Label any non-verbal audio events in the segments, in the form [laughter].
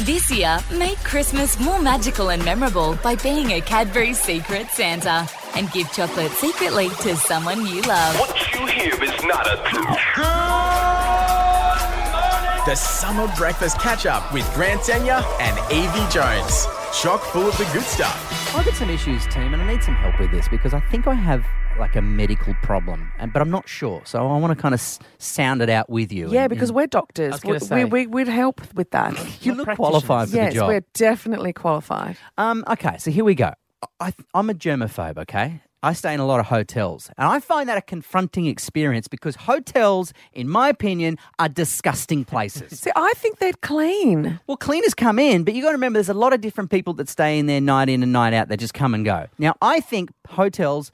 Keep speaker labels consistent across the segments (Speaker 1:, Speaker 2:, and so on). Speaker 1: This year, make Christmas more magical and memorable by being a Cadbury Secret Santa and give chocolate secretly to someone you love.
Speaker 2: What you hear is not a truth.
Speaker 3: The Summer Breakfast Catch Up with Grant Senya and Evie Jones. Chock full of the good stuff.
Speaker 4: I've got some issues, team, and I need some help with this because I think I have like a medical problem, and but I'm not sure. So I want to kind of s- sound it out with you.
Speaker 5: Yeah,
Speaker 4: and-
Speaker 5: because we're doctors.
Speaker 4: gonna
Speaker 5: We,
Speaker 4: say.
Speaker 5: we, would help
Speaker 4: [laughs]
Speaker 5: with that.
Speaker 4: you look qualified for
Speaker 5: yes,
Speaker 4: the job.
Speaker 5: we're definitely qualified.
Speaker 4: Um, okay, so here we go. I, I'm a germaphobe, okay? I stay in a lot of hotels, and I find that a confronting experience because hotels, in my opinion, are disgusting places.
Speaker 5: [laughs] See, I think they're clean.
Speaker 4: well, cleaners come in, but you got to remember there's a lot of different people that stay in there night in and night out. They just come and go. Now, I think hotels.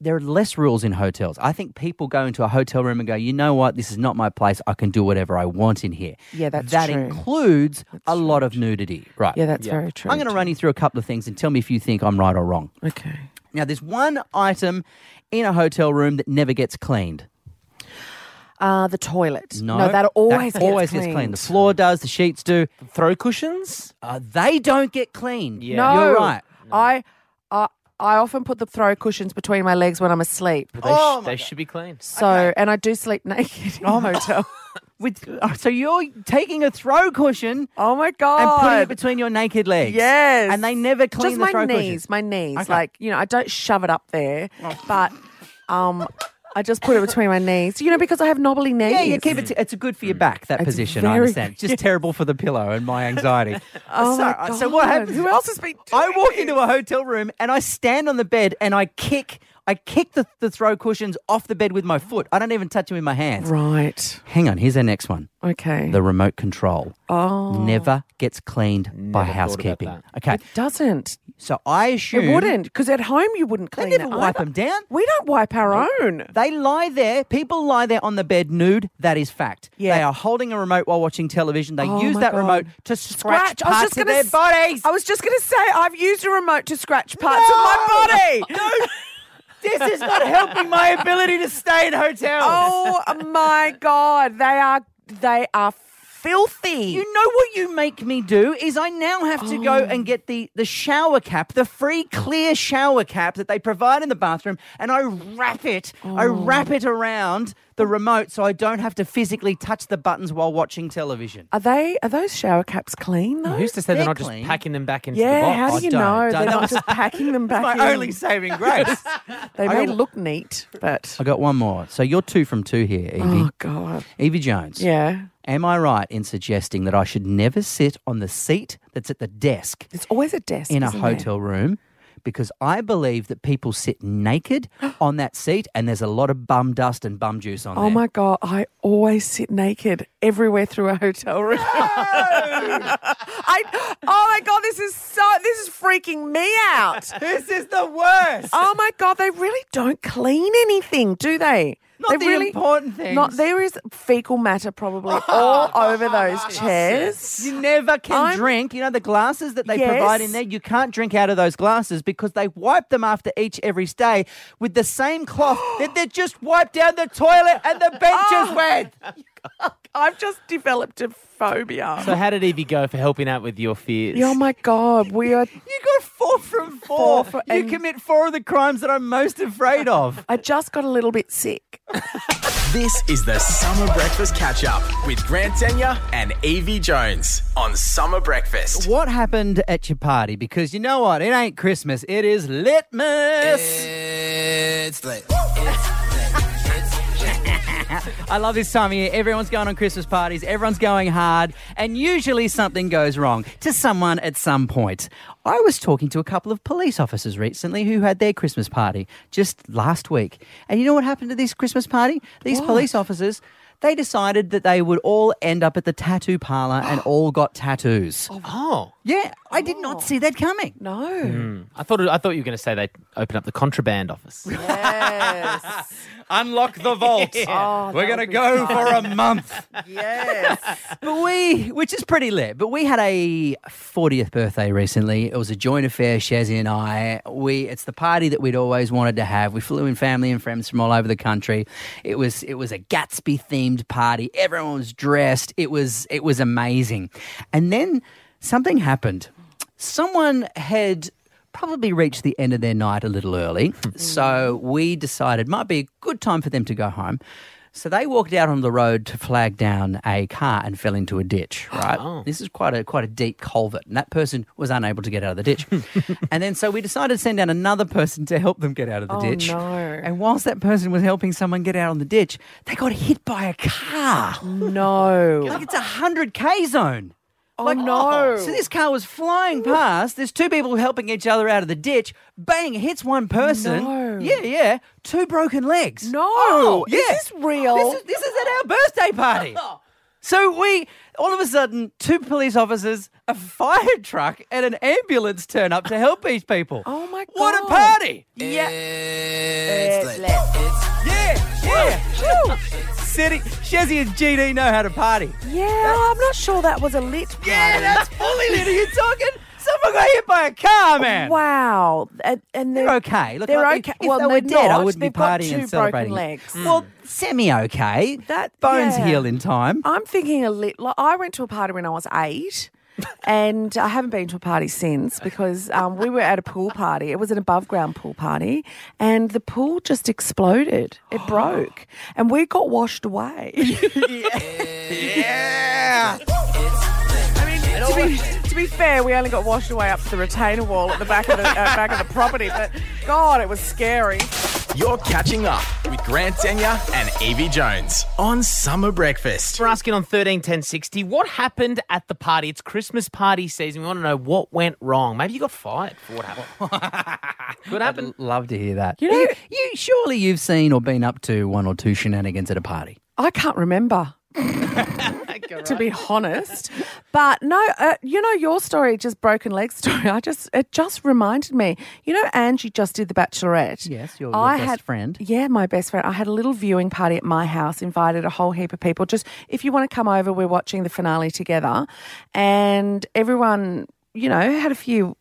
Speaker 4: There are less rules in hotels. I think people go into a hotel room and go, you know what, this is not my place. I can do whatever I want in here.
Speaker 5: Yeah, that's
Speaker 4: that
Speaker 5: true.
Speaker 4: includes a lot of nudity, right?
Speaker 5: Yeah, that's very true.
Speaker 4: I'm going to run you through a couple of things and tell me if you think I'm right or wrong.
Speaker 5: Okay.
Speaker 4: Now, there's one item in a hotel room that never gets cleaned.
Speaker 5: Uh, the toilet. that always
Speaker 4: that
Speaker 5: gets
Speaker 4: always
Speaker 5: cleaned.
Speaker 4: gets cleaned. The floor does, the sheets do.
Speaker 6: Throw cushions?
Speaker 4: Uh, they don't get cleaned. Yeah.
Speaker 5: No,
Speaker 4: You're right.
Speaker 5: I, I, I often put the throw cushions between my legs when I'm asleep.
Speaker 6: They,
Speaker 4: Oh my
Speaker 6: they should be clean.
Speaker 5: So, and I do sleep [laughs] naked
Speaker 4: Oh
Speaker 5: in hotel.
Speaker 4: With, uh, so you're taking a throw cushion
Speaker 5: oh my
Speaker 4: and
Speaker 5: god!
Speaker 4: putting it between your naked legs.
Speaker 5: Yes.
Speaker 4: And they never clean
Speaker 5: Just
Speaker 4: the
Speaker 5: my
Speaker 4: throw
Speaker 5: knees,
Speaker 4: cushions.
Speaker 5: my knees.
Speaker 4: Okay. Oh.
Speaker 5: Like you know, I don't shove it up there, but um, I just put it between my knees. You know, because I have knobbly knees.
Speaker 4: Yeah, you keep it. It's a good for
Speaker 6: Hmm.
Speaker 4: your back that
Speaker 5: It's
Speaker 4: position. I
Speaker 5: very-
Speaker 4: understand.
Speaker 5: [laughs]
Speaker 4: Just terrible for the pillow and my anxiety.
Speaker 5: Oh
Speaker 4: so, uh,
Speaker 5: my
Speaker 4: so what
Speaker 5: God.
Speaker 4: happens?
Speaker 5: Who else has been
Speaker 4: I
Speaker 5: doing
Speaker 4: walk into a hotel room and I stand on the bed and I kick. I kick the, the throw cushions off the bed with my foot. I don't even touch them with my hands.
Speaker 5: Right.
Speaker 4: Hang on. Here's our next one.
Speaker 5: Okay.
Speaker 4: The remote control
Speaker 5: oh,
Speaker 4: never gets cleaned by
Speaker 6: Never thought about
Speaker 4: housekeeping.
Speaker 6: that.
Speaker 4: Okay,
Speaker 5: it doesn't.
Speaker 4: so I assume
Speaker 5: It wouldn't, because at home you wouldn't
Speaker 4: Hmm. They
Speaker 5: clean
Speaker 4: never
Speaker 5: it
Speaker 4: wipe
Speaker 5: either.
Speaker 4: them down.
Speaker 5: We don't wipe our own.
Speaker 4: They lie there. People lie there on the bed nude. That is fact.
Speaker 5: Yeah.
Speaker 4: They are holding a remote while watching television. They
Speaker 5: Oh
Speaker 4: use
Speaker 5: my
Speaker 4: that
Speaker 5: God.
Speaker 4: remote to scratch,
Speaker 5: I was
Speaker 4: parts
Speaker 5: just
Speaker 4: of
Speaker 5: gonna
Speaker 4: their
Speaker 5: s-
Speaker 4: bodies.
Speaker 5: I was just going to say I've used a remote to scratch parts
Speaker 4: [laughs]
Speaker 5: of my body.
Speaker 4: this is not helping my ability to stay in hotels.
Speaker 5: Oh my god, they are they are filthy.
Speaker 4: You know what you make me do is I now have to go and get the, the shower cap, the free clear shower cap that they provide in the bathroom, and I wrap it, I wrap it around the remote so I don't have to physically touch the buttons while watching television.
Speaker 5: Are they are those shower caps clean though?
Speaker 6: Who's to say they're
Speaker 4: They're
Speaker 6: not
Speaker 4: clean.
Speaker 6: just packing them back into the
Speaker 5: yeah,
Speaker 6: box?
Speaker 5: how
Speaker 4: [laughs] I
Speaker 5: do you
Speaker 4: don't-
Speaker 5: know?
Speaker 4: don't
Speaker 5: They're
Speaker 4: know.
Speaker 5: not just
Speaker 4: [laughs]
Speaker 5: packing them back
Speaker 4: My
Speaker 5: in.
Speaker 4: only saving grace.
Speaker 5: they
Speaker 4: I
Speaker 5: may
Speaker 4: got-
Speaker 5: look neat, but
Speaker 4: [laughs] I got one more. So you're two from two here, Evie.
Speaker 5: oh god,
Speaker 4: Evie Jones.
Speaker 5: yeah,
Speaker 4: Am I right in suggesting that I should never sit on the seat that's at the desk
Speaker 5: there's always a desk
Speaker 4: in a
Speaker 5: isn't there?
Speaker 4: hotel room? Because I believe that people sit [gasps] naked on that seat and there's a lot of bum dust and bum juice on
Speaker 5: Oh
Speaker 4: there.
Speaker 5: my god, I always sit naked everywhere through a hotel room. [laughs] I oh my god, this is so this is freaking me
Speaker 4: [laughs]
Speaker 5: out.
Speaker 4: This is the worst.
Speaker 5: Oh my god, they really don't clean anything, do they?
Speaker 4: Not
Speaker 5: they
Speaker 4: the
Speaker 5: really,
Speaker 4: important things.
Speaker 5: Not there is fecal
Speaker 4: [laughs]
Speaker 5: matter probably all over those chairs.
Speaker 4: You never can
Speaker 5: I'm-
Speaker 4: drink. You know, the glasses that they provide in
Speaker 5: Yes.
Speaker 4: there, you can't drink out of those glasses because they wipe them after each every stay with the same [gasps] cloth that they just wiped down the toilet and the benches with.
Speaker 5: I've just developed a phobia.
Speaker 4: [laughs]
Speaker 6: So how did Evie go for helping out with your fears?
Speaker 5: oh my god, we are.
Speaker 4: You got four from four.
Speaker 5: Four for-
Speaker 4: you
Speaker 5: and-
Speaker 4: commit four of the crimes that I'm most afraid of.
Speaker 5: I just got a little bit sick.
Speaker 3: This is the Summer Breakfast Catch Up with Grant Senya and Evie Jones on Summer Breakfast.
Speaker 4: what happened at your party? Because you know what? It ain't Christmas. It is litmus. [laughs] I love this time of year. Everyone's going on Christmas parties. Everyone's going hard. And usually something goes wrong to someone at some point. I was talking to a couple of police officers recently who had their Christmas party just last week. And you know what happened to this Christmas party? These police officers. They decided that they would all end up at the tattoo parlor and all got tattoos.
Speaker 6: Oh,
Speaker 4: Yeah, I did not see that coming.
Speaker 5: No.
Speaker 6: I thought I thought you were going to say they open up the
Speaker 5: [laughs]
Speaker 6: contraband office.
Speaker 5: Yes.
Speaker 4: [laughs] Unlock the vault.
Speaker 5: Oh, that would be
Speaker 4: for a month.
Speaker 5: yes.
Speaker 4: but we, which is pretty lit, but we had a 40th birthday recently. It was a joint affair, Shazzy and I. We, it's the party that we'd always wanted to have. We flew in family and friends from all over the country. It was, it was a Gatsby themed themed party. Everyone was dressed. It was it was amazing. And then something happened. Someone had probably reached the end of their night a little early.
Speaker 5: Mm.
Speaker 4: so we decided might be a good time for them to go home. So they walked out on the road to flag down a car and fell into a
Speaker 5: [gasps]
Speaker 4: ditch, right?
Speaker 5: Oh.
Speaker 4: This is quite a quite a deep culvert, and that person was unable to get out of the
Speaker 5: [laughs]
Speaker 4: ditch. and then so we decided to send down another person to help them get out of the
Speaker 5: Oh,
Speaker 4: ditch.
Speaker 5: no.
Speaker 4: And whilst that person was helping someone get out on the ditch, they got hit by a car.
Speaker 5: [laughs] [gasps] No.
Speaker 4: Like it's a hundred K zone.
Speaker 5: Oh, no.
Speaker 4: So this car was flying past. There's two people helping each other out of the ditch. Bang! It hits one person.
Speaker 5: No.
Speaker 4: Yeah, yeah. Two broken legs.
Speaker 5: No.
Speaker 4: Oh,
Speaker 5: Is
Speaker 4: yeah.
Speaker 5: this real?
Speaker 4: This is, this is at our birthday
Speaker 5: [laughs]
Speaker 4: party. So we, all of a sudden, two police officers, a fire truck, and an ambulance turn up to help these people.
Speaker 5: Oh, my
Speaker 4: What a
Speaker 5: God.
Speaker 4: party! Yeah, yeah. City, Shazzy and GD know how to party.
Speaker 5: Yeah, I'm not sure that was a lit party.
Speaker 4: Yeah, that's fully lit. Are you talking? Someone got hit by a car, man.
Speaker 5: Wow. And, and
Speaker 4: They're okay. Look,
Speaker 5: Oh, they're
Speaker 4: like,
Speaker 5: okay.
Speaker 4: If, if
Speaker 5: well,
Speaker 4: they were
Speaker 5: they're
Speaker 4: dead,
Speaker 5: not.
Speaker 4: I would be
Speaker 5: They've got
Speaker 4: partying
Speaker 5: two
Speaker 4: and celebrating.
Speaker 5: Broken legs.
Speaker 4: Well, semi okay.
Speaker 5: That-
Speaker 4: bones
Speaker 5: yeah.
Speaker 4: heal in time.
Speaker 5: I'm thinking a little. Like, I went to a party when I was eight, and I haven't been to a party since because um, we were at a pool party. It was an above ground pool party, and the pool just exploded. It broke, and we got washed away.
Speaker 4: Yeah.
Speaker 5: to, be, to be fair, we only got washed away up to the retainer wall at the back of the uh, back of the property. But God, it was scary.
Speaker 3: You're catching up with Grant Tenya and Evie Jones on Summer Breakfast.
Speaker 6: We're asking on 13 10 60, what happened at the party? It's Christmas party season. We want to know what went wrong. Maybe you got fired for what
Speaker 5: [laughs]
Speaker 6: happened. Could happen.
Speaker 4: Love to hear that. You know, you, surely you've seen or been up to one or two shenanigans at a party.
Speaker 5: I
Speaker 4: [laughs]
Speaker 5: can't remember. to be honest, but no, uh, you know your story, just broken leg [laughs] story. I just it just reminded me. You know, Angie just did the Bachelorette.
Speaker 4: Yes, your- your best friend.
Speaker 5: Yeah, my best friend. I had a little viewing party at my house. Invited a whole heap of people. Just if you want to come over, we're watching the finale together, and everyone, you know, had a few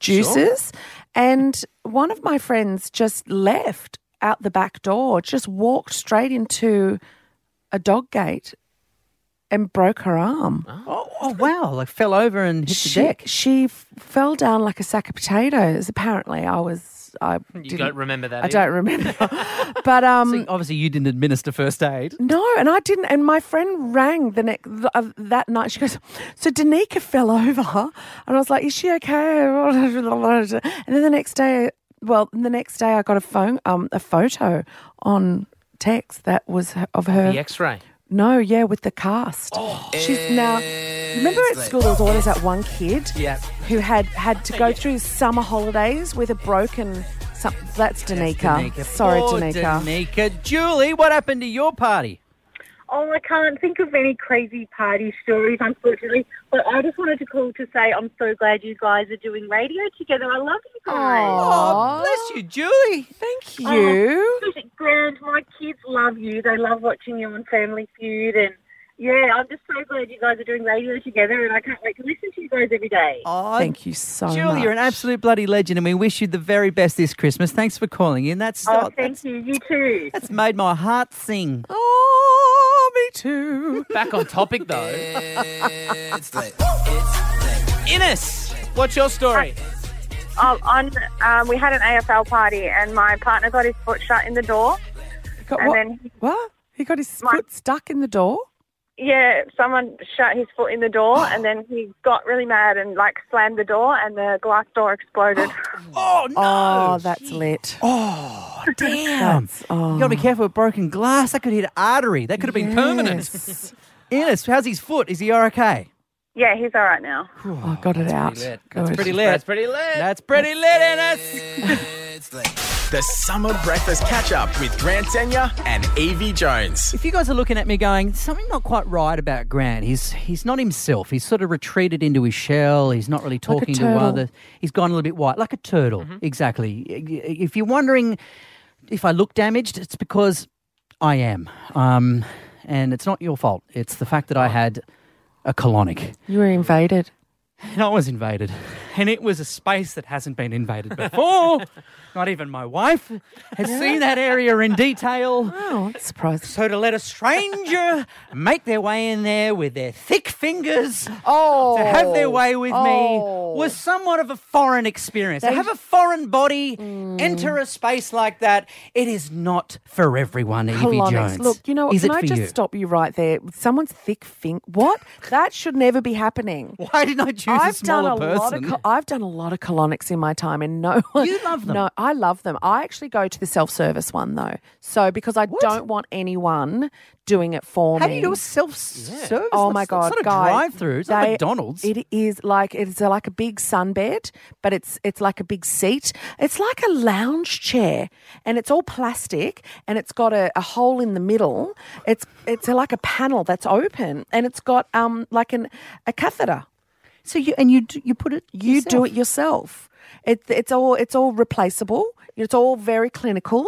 Speaker 5: juices. And one of my friends just left out the back door, just walked straight into a dog gate and broke her arm.
Speaker 4: Oh, oh wow. Like fell over and hit the
Speaker 5: She,
Speaker 4: deck.
Speaker 5: she f- fell down like a sack of potatoes. Apparently, I was. I
Speaker 6: You
Speaker 5: didn't,
Speaker 6: don't remember that.
Speaker 5: I
Speaker 6: either.
Speaker 5: don't remember. [laughs] but um,
Speaker 4: Obviously, you didn't administer first aid.
Speaker 5: No, and I didn't. And my friend rang the next th- uh, that night. She goes, "So Danica fell [laughs] over," and I was like, "Is she okay?" [laughs] And then the next day, well, the next day I got a phone, um, a photo on text that was her- of Oh. her.
Speaker 6: The x ray.
Speaker 5: No, yeah, with the cast. She's now. Remember at school there was always that one kid
Speaker 4: Yeah.
Speaker 5: who had had to go through summer holidays with a broken. Some, that's Danica. Sorry,
Speaker 4: Poor
Speaker 5: Danica.
Speaker 4: Danica. Julie, what happened to your party?
Speaker 7: Oh, I can't think of any crazy party stories, unfortunately. But I just wanted to call to say I'm so glad you guys are doing radio together. I love you guys.
Speaker 4: Oh, bless you, Julie.
Speaker 5: Thank
Speaker 7: Oh.
Speaker 5: you.
Speaker 7: Especially Grand, my kids love you. They love watching you on Family Feud. And yeah, I'm just so glad you guys are doing radio together. And I can't wait to listen to you guys every day.
Speaker 4: Oh,
Speaker 5: Thank you so
Speaker 4: Julie,
Speaker 5: much.
Speaker 4: you're an absolute bloody legend, and we wish you the very best this Christmas. Thanks for calling in. That's
Speaker 7: Oh,
Speaker 4: that's,
Speaker 7: thank you. You
Speaker 4: [laughs]
Speaker 7: too.
Speaker 4: that's made my heart sing.
Speaker 5: Oh, me too. [laughs]
Speaker 6: Back on topic though. Innes, what's your story?
Speaker 4: Ah.
Speaker 7: Um, on, um, we had an AFL party and my partner got his foot shut in the door.
Speaker 5: Got
Speaker 7: And
Speaker 5: what?
Speaker 7: then he-
Speaker 5: what? He got his
Speaker 7: My-
Speaker 5: foot stuck in the door.
Speaker 7: Yeah, someone shut his foot in the door and then he got really mad and like slammed the door and the glass
Speaker 5: [gasps]
Speaker 7: door exploded.
Speaker 4: Oh no!
Speaker 5: Oh, that's oh. lit. Oh,
Speaker 4: damn! You gotta be careful with broken glass. That could hit an artery. That could have been permanent.
Speaker 5: [laughs]
Speaker 4: Innes, how's his foot? Is he okay?
Speaker 7: yeah, he's all right now.
Speaker 5: Oh, I got it out.
Speaker 4: lit.
Speaker 5: Good.
Speaker 4: Pretty lit. That's
Speaker 6: pretty lit.
Speaker 4: That's pretty lit, Innes.
Speaker 3: The Summer Breakfast Catch Up with Grant Tenya and Evie Jones.
Speaker 4: If you guys are looking at me going, something not quite right about Grant. He's he's not himself. He's sort of retreated into his shell. He's not really
Speaker 5: Like a
Speaker 4: talking to
Speaker 5: turtle.
Speaker 4: others. He's gone a little bit white, like a turtle. Exactly. If you're wondering if I look damaged, it's because I am. Um, and it's not your fault. Oh. It's the fact that I had a colonic.
Speaker 5: You were invaded.
Speaker 4: And I was invaded. and it was a space that hasn't been invaded [laughs] before. Not even my wife has seen that area in detail.
Speaker 5: Oh, that's surprising.
Speaker 4: So to let a
Speaker 5: [laughs]
Speaker 4: stranger make their way in there with their thick fingers
Speaker 5: Oh,
Speaker 4: to have their way with
Speaker 5: Oh.
Speaker 4: me was somewhat of a foreign experience. to have a foreign body
Speaker 5: Mm.
Speaker 4: enter a space like that, it is not for everyone, Evie
Speaker 5: Colonics.
Speaker 4: Jones.
Speaker 5: Look, you know, what,
Speaker 4: is
Speaker 5: can
Speaker 4: it
Speaker 5: I
Speaker 4: for
Speaker 5: just
Speaker 4: you?
Speaker 5: stop you right there? Someone's thick fing. What? That should never be happening.
Speaker 4: Why did I choose a
Speaker 5: I've done
Speaker 4: smaller
Speaker 5: a
Speaker 4: person?
Speaker 5: lot of co- I've done a lot of colonics in my time, and no one
Speaker 4: You love them.
Speaker 5: No, I love them. I actually go to the self service one though, so because I don't want anyone doing it for
Speaker 4: How do
Speaker 5: me.
Speaker 4: you do a self-service?
Speaker 5: Oh my
Speaker 4: That's-
Speaker 5: god,
Speaker 4: It's not a
Speaker 5: guys,
Speaker 4: drive-through. It's not
Speaker 5: they-
Speaker 4: McDonald's.
Speaker 5: It is like it's a- like a big sunbed, but it's it's like a big seat. It's like a lounge chair, and it's all plastic, and it's got a, a hole in the middle. It's it's like a panel that's open, and it's got um like an a catheter.
Speaker 4: so you and you do- you put it.
Speaker 5: You do it yourself. It, it's all it's all replaceable. It's all very clinical,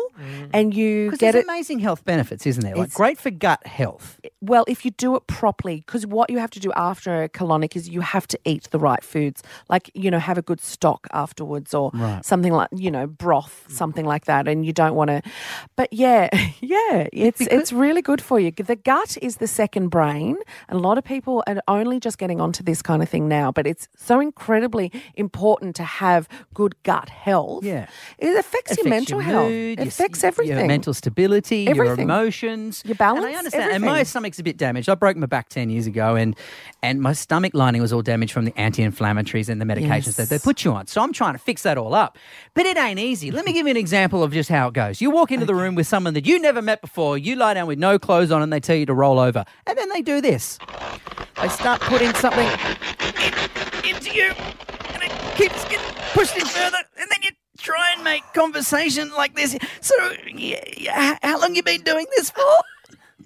Speaker 5: and you
Speaker 4: Because
Speaker 5: get
Speaker 4: there's
Speaker 5: it.
Speaker 4: amazing health benefits, isn't there? Like
Speaker 5: It's-
Speaker 4: great for gut health.
Speaker 5: Well, if you do it properly, because what you have to do after a colonic is you have to eat the right foods, like, you know, have a good stock afterwards or something like, you know, broth, something like that. And you don't want to, but yeah, [laughs] yeah, it's, it's really good for you. The gut is the second brain. And a lot of people are only just getting onto this kind of thing now, but it's so incredibly important to have good gut health.
Speaker 4: Yeah.
Speaker 5: It affects, your mental
Speaker 4: your
Speaker 5: health,
Speaker 4: mood,
Speaker 5: it
Speaker 4: your-
Speaker 5: affects everything.
Speaker 4: Your mental stability, your
Speaker 5: Everything.
Speaker 4: emotions,
Speaker 5: Your balance,
Speaker 4: And I understand. And my
Speaker 5: everything.
Speaker 4: stomach's a bit damaged. I broke my back ten years ago, and and my stomach lining was all damaged from the anti-inflammatories and the medications that they put you on. So I'm trying to fix that all up, but it ain't easy. Let me give you an example of just how it goes. You walk into the room with someone that you never met before. You lie down with no clothes on, and they tell you to roll over, and then they do this. They start putting something into you, and it keeps getting pushed in further, and then you try and make conversation like this. So, yeah, yeah, h- how long you been doing this for?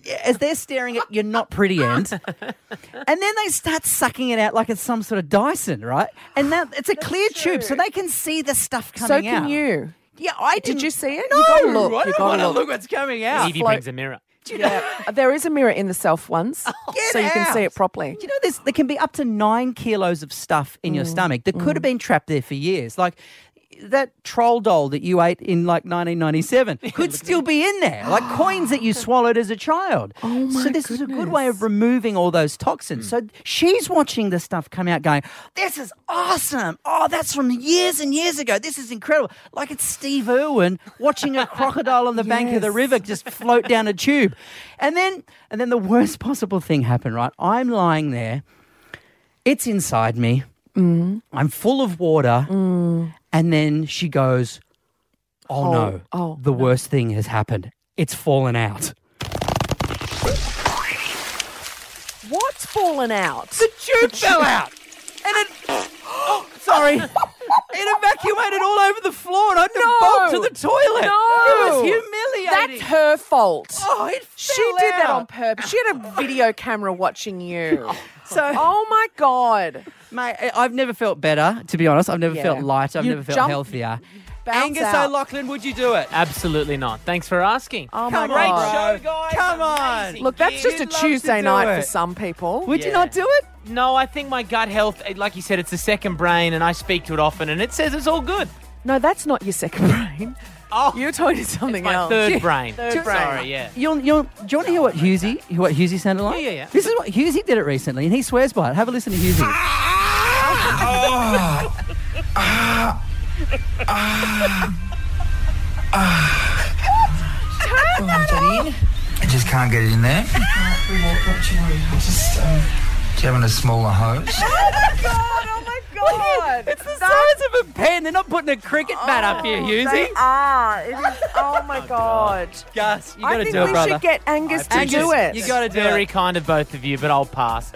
Speaker 4: Yeah, As they're staring at your not pretty end, and then they start sucking it out like it's some sort of Dyson, right? And now it's a clear tube, so they can see the stuff
Speaker 5: so
Speaker 4: coming out.
Speaker 5: can you.
Speaker 4: Yeah, I
Speaker 5: Did
Speaker 4: didn't-
Speaker 5: you see it?
Speaker 4: No,
Speaker 5: You gotta look.
Speaker 4: I
Speaker 5: You
Speaker 4: don't
Speaker 5: gotta
Speaker 4: want to
Speaker 5: look.
Speaker 4: look what's coming out.
Speaker 6: Evie brings a mirror.
Speaker 5: Yeah, there is a mirror in the self once,
Speaker 4: Oh, Get
Speaker 5: so you can
Speaker 4: out.
Speaker 5: see it properly.
Speaker 4: Do you know there's, there can be up to nine kilos of stuff in
Speaker 5: Mm.
Speaker 4: your stomach that could have been trapped there for years? Like that troll doll that you ate in like [laughs] 1997 could still be in there, [gasps] like coins that you swallowed as a child. Oh my Mm. so this is a good way of removing all those toxins. So she's watching the stuff come out going, this is awesome. Oh, that's from years and years ago. This is incredible. Like it's Steve Irwin watching a crocodile on the bank of the
Speaker 5: Yes.
Speaker 4: river just float down a tube. And then and then the worst possible thing happened, right? I'm lying there. It's inside me. I'm full of water. And then she goes, Oh,
Speaker 5: Oh,
Speaker 4: no.
Speaker 5: oh,
Speaker 4: the worst thing has happened. It's fallen out.
Speaker 5: What's fallen out?
Speaker 4: The tube fell out. And it oh, [gasps] sorry. It evacuated all over the floor and I had to bolt to
Speaker 5: No.
Speaker 4: the toilet.
Speaker 5: No.
Speaker 4: It was humiliating.
Speaker 5: That's her fault.
Speaker 4: Oh, it
Speaker 5: she
Speaker 4: fell
Speaker 5: did that
Speaker 4: out.
Speaker 5: on purpose. She had a video camera
Speaker 4: [laughs]
Speaker 5: watching you.
Speaker 4: So
Speaker 5: Oh my god!
Speaker 4: Mate, I- I've never felt better, to be honest. I've never
Speaker 5: Yeah.
Speaker 4: felt lighter. I've
Speaker 5: You
Speaker 4: never felt
Speaker 5: jump-
Speaker 4: healthier.
Speaker 5: bounce
Speaker 4: Angus
Speaker 5: out.
Speaker 4: O'Loughlin, would you do it?
Speaker 6: Absolutely not. Thanks for asking.
Speaker 5: Oh
Speaker 4: Come
Speaker 5: my
Speaker 4: on,
Speaker 5: god!
Speaker 4: show, guys. Come on.
Speaker 5: Look, that's just a
Speaker 4: You'd love to
Speaker 5: Tuesday
Speaker 4: do
Speaker 5: night
Speaker 4: it.
Speaker 5: for some people.
Speaker 4: Would you not do it?
Speaker 6: No, I think my gut health, eh, like you said, it's the second brain, and I speak to it often, and it says it's all good.
Speaker 5: No, that's not your second [laughs] brain.
Speaker 6: Oh,
Speaker 5: You're talking something
Speaker 6: my
Speaker 5: else.
Speaker 4: [laughs]
Speaker 6: third brain.
Speaker 5: Third brain.
Speaker 6: Sorry, yeah.
Speaker 4: You'll, you'll, do you want to hear what Husey, what Husey sounded like?
Speaker 6: Yeah, yeah, yeah.
Speaker 4: This is what Husey did it recently, and he swears by it. Have a listen to Husey.
Speaker 8: I just can't get it in there. Just, um, do you having a smaller hose?
Speaker 5: Oh my god!
Speaker 4: It's the size of a pen. They're not putting a cricket bat up here,
Speaker 5: They
Speaker 4: Husey.
Speaker 5: are. It is, oh
Speaker 4: [laughs]
Speaker 5: my god!
Speaker 4: Gus, you got
Speaker 5: I
Speaker 4: to
Speaker 5: think
Speaker 4: do it,
Speaker 5: we
Speaker 4: brother.
Speaker 5: should get Angus to
Speaker 4: Angus,
Speaker 5: do it.
Speaker 4: You got to do
Speaker 6: Very
Speaker 4: it. Uh,
Speaker 6: kind of both of you, but I'll pass.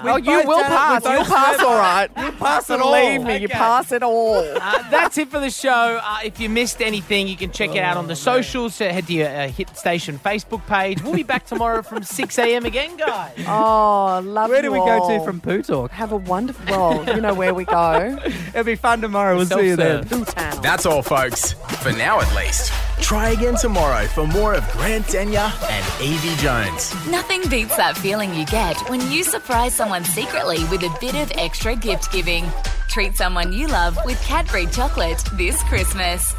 Speaker 5: Oh, you
Speaker 4: both
Speaker 5: will
Speaker 4: done it.
Speaker 5: pass.
Speaker 4: We
Speaker 5: You'll
Speaker 4: both
Speaker 5: pass
Speaker 4: did it.
Speaker 5: all right.
Speaker 4: You pass it all.
Speaker 5: Believe me, you
Speaker 4: Okay.
Speaker 5: pass it all.
Speaker 6: Uh, that's it for the show. Uh, if you missed anything, you can check it out on the
Speaker 4: Oh,
Speaker 6: socials. So head to your uh, Hit Station Facebook page. We'll be back tomorrow from 6 a.m. again, guys.
Speaker 5: Oh, love
Speaker 4: Where do
Speaker 5: you
Speaker 4: we go to
Speaker 5: all.
Speaker 4: from Poo Talk?
Speaker 5: Have a wonderful. Well, you know where
Speaker 4: [laughs]
Speaker 5: we go.
Speaker 4: It'll be fun tomorrow. We'll see you then.
Speaker 6: Self-serve.
Speaker 5: Bootown.
Speaker 3: That's all, folks. For now, at least. Try again tomorrow for more of Grant Denya and Evie Jones.
Speaker 1: Nothing beats that feeling you get when you surprise someone secretly with a bit of extra gift giving. treat someone you love with Cadbury chocolate this Christmas.